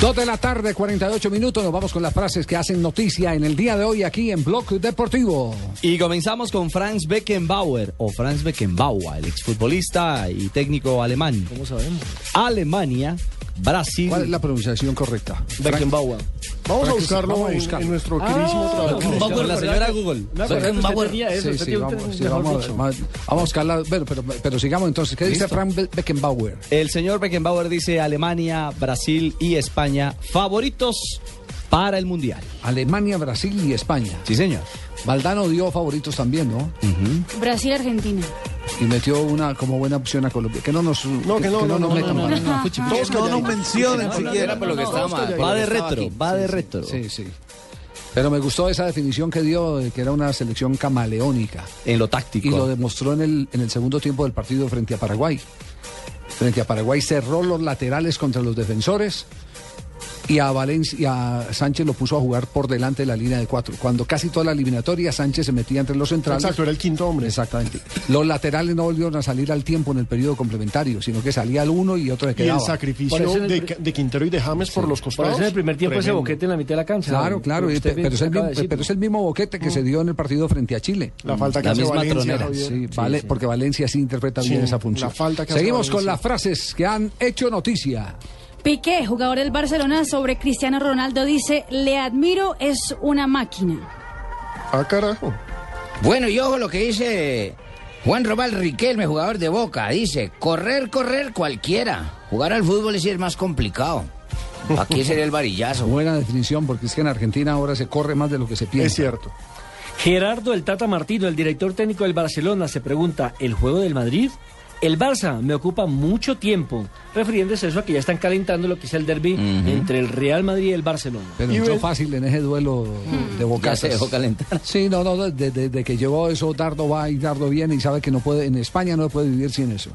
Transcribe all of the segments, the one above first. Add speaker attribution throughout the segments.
Speaker 1: Dos de la tarde, 48 minutos. Nos vamos con las frases que hacen noticia en el día de hoy aquí en Blog Deportivo.
Speaker 2: Y comenzamos con Franz Beckenbauer o Franz Beckenbauer, el exfutbolista y técnico alemán.
Speaker 3: ¿Cómo sabemos?
Speaker 2: Alemania, Brasil.
Speaker 1: ¿Cuál es la pronunciación correcta?
Speaker 2: Beckenbauer.
Speaker 3: Vamos a
Speaker 1: Frank,
Speaker 3: buscarlo
Speaker 1: vamos a
Speaker 3: en-
Speaker 1: buscarlo.
Speaker 3: en nuestro
Speaker 4: Ah,
Speaker 3: queridísimo trabajo.
Speaker 2: Beckenbauer, la señora Google.
Speaker 3: Me acuerdo que usted
Speaker 4: Beckenbauer.
Speaker 3: tenía eso,
Speaker 1: Sí,
Speaker 3: usted
Speaker 1: sí,
Speaker 3: tiene un
Speaker 1: vamos, sí,
Speaker 3: mejor
Speaker 1: vamos,
Speaker 3: dicho.
Speaker 1: vamos a buscarla. Bueno, pero, pero sigamos entonces. ¿Qué dice
Speaker 2: Listo.
Speaker 1: Frank Be- Beckenbauer?
Speaker 2: El señor Beckenbauer dice Alemania, Brasil y España favoritos para el Mundial.
Speaker 1: Alemania, Brasil y España.
Speaker 2: Sí, señor.
Speaker 1: Valdano dio favoritos también, ¿no?
Speaker 4: Brasil, Argentina.
Speaker 1: Y metió una como buena opción a Colombia. Que no nos,
Speaker 3: No, que no, no,
Speaker 1: nos
Speaker 3: no,
Speaker 1: metan
Speaker 3: no, no,
Speaker 1: para-
Speaker 3: no, no, todos
Speaker 5: no nos
Speaker 3: calladitos.
Speaker 5: mencionen siquiera.
Speaker 3: no, no, todos calladitos.
Speaker 2: Va de retro, va de retro.
Speaker 1: Sí, sí. Pero me gustó esa definición que dio de que era una selección camaleónica.
Speaker 2: En lo táctico.
Speaker 1: Y lo demostró en el, en el segundo tiempo del partido frente a Paraguay. Frente a Paraguay cerró los laterales contra los defensores y a Valencia y a Sánchez lo puso a jugar por delante de la línea de cuatro. Cuando casi toda la eliminatoria Sánchez se metía entre los centrales.
Speaker 3: Exacto, era el quinto hombre.
Speaker 1: Exactamente. Los laterales no volvieron a salir al tiempo en el periodo complementario, sino que salía el uno y otro se
Speaker 3: Y el
Speaker 1: quedaba.
Speaker 3: sacrificio
Speaker 4: Por eso en el
Speaker 3: de,
Speaker 4: pri-
Speaker 3: Ca- de Quintero y de James por los
Speaker 4: Por
Speaker 3: costados.
Speaker 4: eso en el primer tiempo ese
Speaker 3: tremendo.
Speaker 4: boquete en la mitad de la cancha.
Speaker 1: Claro, claro, y-
Speaker 4: Usted
Speaker 1: pero, es el
Speaker 4: acaba
Speaker 1: mismo,
Speaker 4: de decir,
Speaker 1: pero es el mismo boquete que se dio en el partido frente a Chile.
Speaker 3: La falta que
Speaker 2: La
Speaker 3: hace
Speaker 2: misma
Speaker 3: Valencia,
Speaker 2: tronera,
Speaker 3: Javier.
Speaker 1: Sí, vale, porque Valencia sí interpreta
Speaker 3: Sí,
Speaker 1: bien esa función.
Speaker 3: la falta que hace
Speaker 1: Seguimos con
Speaker 3: Valencia.
Speaker 1: las frases que han hecho noticia.
Speaker 6: Piqué, jugador del Barcelona, sobre Cristiano Ronaldo dice, le admiro, es una máquina.
Speaker 3: Ah, carajo.
Speaker 7: Bueno, y ojo lo que dice Juan Robal Riquelme, jugador de Boca. Dice, correr, correr cualquiera. Jugar al fútbol es el más complicado. Aquí sería el varillazo.
Speaker 1: Buena definición, porque es que en Argentina ahora se corre más de lo que se piensa.
Speaker 3: Es cierto.
Speaker 4: Gerardo el Tata Martino, el director técnico del Barcelona, se pregunta, ¿el juego del Madrid? El Barça me ocupa mucho tiempo, refiriéndose a eso a que ya están calentando lo que es el derby entre el Real Madrid y el Barcelona.
Speaker 1: Pero
Speaker 3: Y
Speaker 1: entró
Speaker 3: ves-
Speaker 1: fácil en ese duelo de
Speaker 7: Mm. Ya
Speaker 1: bocazas.
Speaker 7: se dejó calentar.
Speaker 1: Sí, no, no, desde desde que llegó eso, Dardo va y Dardo viene y sabe que no puede, en España no puede vivir sin eso.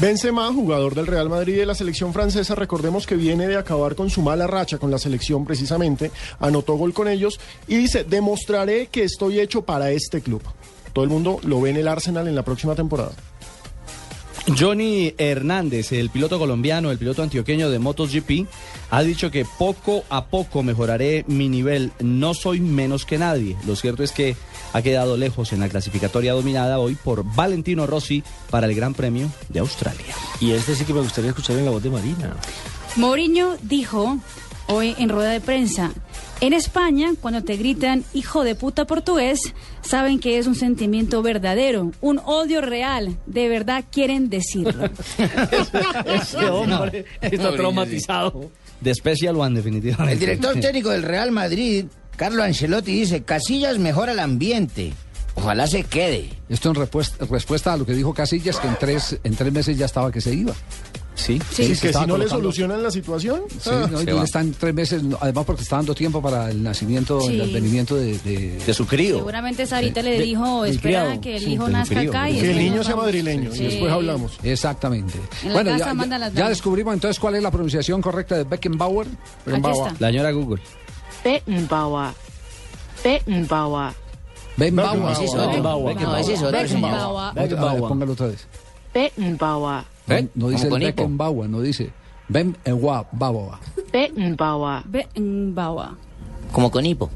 Speaker 3: Benzema, jugador del Real Madrid y de la selección francesa, recordemos que viene de acabar con su mala racha con la selección precisamente, anotó gol con ellos y dice, demostraré que estoy hecho para este club. Todo el mundo lo ve en el Arsenal en la próxima temporada.
Speaker 2: Johnny Hernández, el piloto colombiano, el piloto antioqueño de MotoGP, ha dicho que poco a poco mejoraré mi nivel. No soy menos que nadie. Lo cierto es que ha quedado lejos en la clasificatoria dominada hoy por Valentino Rossi para el Gran Premio de Australia.
Speaker 4: Y este sí que me gustaría escuchar en la voz de Marina.
Speaker 6: Mourinho dijo hoy en rueda de prensa, en España, cuando te gritan hijo de puta portugués, saben que es un sentimiento verdadero, un odio real, de verdad quieren decirlo.
Speaker 4: Ese hombre está
Speaker 7: Mourinho,
Speaker 4: traumatizado.
Speaker 2: De Special One, definitivamente.
Speaker 7: El director técnico del Real Madrid, Carlo Ancelotti, dice, Casillas mejora el ambiente. Ojalá se quede.
Speaker 1: Esto en repues- respuesta a lo que dijo Casillas, que en tres, en tres meses ya estaba que se iba.
Speaker 2: Sí.
Speaker 1: Sí,
Speaker 3: Y
Speaker 1: se
Speaker 3: que si
Speaker 1: estaba
Speaker 3: no le
Speaker 1: colocando-
Speaker 3: solucionan la situación,
Speaker 1: Sí,
Speaker 3: ah,
Speaker 1: no,
Speaker 7: se
Speaker 1: y
Speaker 7: va.
Speaker 1: están tres meses, no, además porque está dando tiempo para el nacimiento,
Speaker 6: Sí.
Speaker 1: el advenimiento de, de-
Speaker 2: De su crío.
Speaker 6: Seguramente Sarita le
Speaker 4: de-
Speaker 6: dijo,
Speaker 4: del
Speaker 6: espera
Speaker 4: criado,
Speaker 6: que el
Speaker 4: sí,
Speaker 6: hijo
Speaker 2: del
Speaker 6: nazca
Speaker 2: crío,
Speaker 6: acá. y
Speaker 2: del
Speaker 3: que el
Speaker 6: después
Speaker 3: niño
Speaker 6: nos
Speaker 3: sea
Speaker 6: vamos".
Speaker 3: madrileño
Speaker 6: Sí.
Speaker 3: y después hablamos.
Speaker 1: Exactamente.
Speaker 6: En la
Speaker 1: Bueno,
Speaker 6: casa
Speaker 1: ya,
Speaker 6: mandan
Speaker 1: ya-
Speaker 6: las
Speaker 1: ya
Speaker 6: damas.
Speaker 1: descubrimos entonces cuál es la pronunciación correcta de Beckenbauer.
Speaker 6: Aquí está.
Speaker 2: La señora Google.
Speaker 8: Beckenbauer. Beckenbauer.
Speaker 1: Beckenbauer.
Speaker 3: Beckenbauer.
Speaker 7: Ese es otro.
Speaker 4: Beckenbauer.
Speaker 7: No, ese es otro, señor.
Speaker 6: Beckenbauer.
Speaker 1: Otra- a ver, póngalo otra vez.
Speaker 8: Beckenbauer.
Speaker 7: ¿Eh?
Speaker 1: No dice
Speaker 7: Como con hipo.
Speaker 1: Beckenbauer, no dice eh, Beckenbauer.
Speaker 8: Beckenbauer.
Speaker 6: Beckenbauer.
Speaker 7: Como con hipo.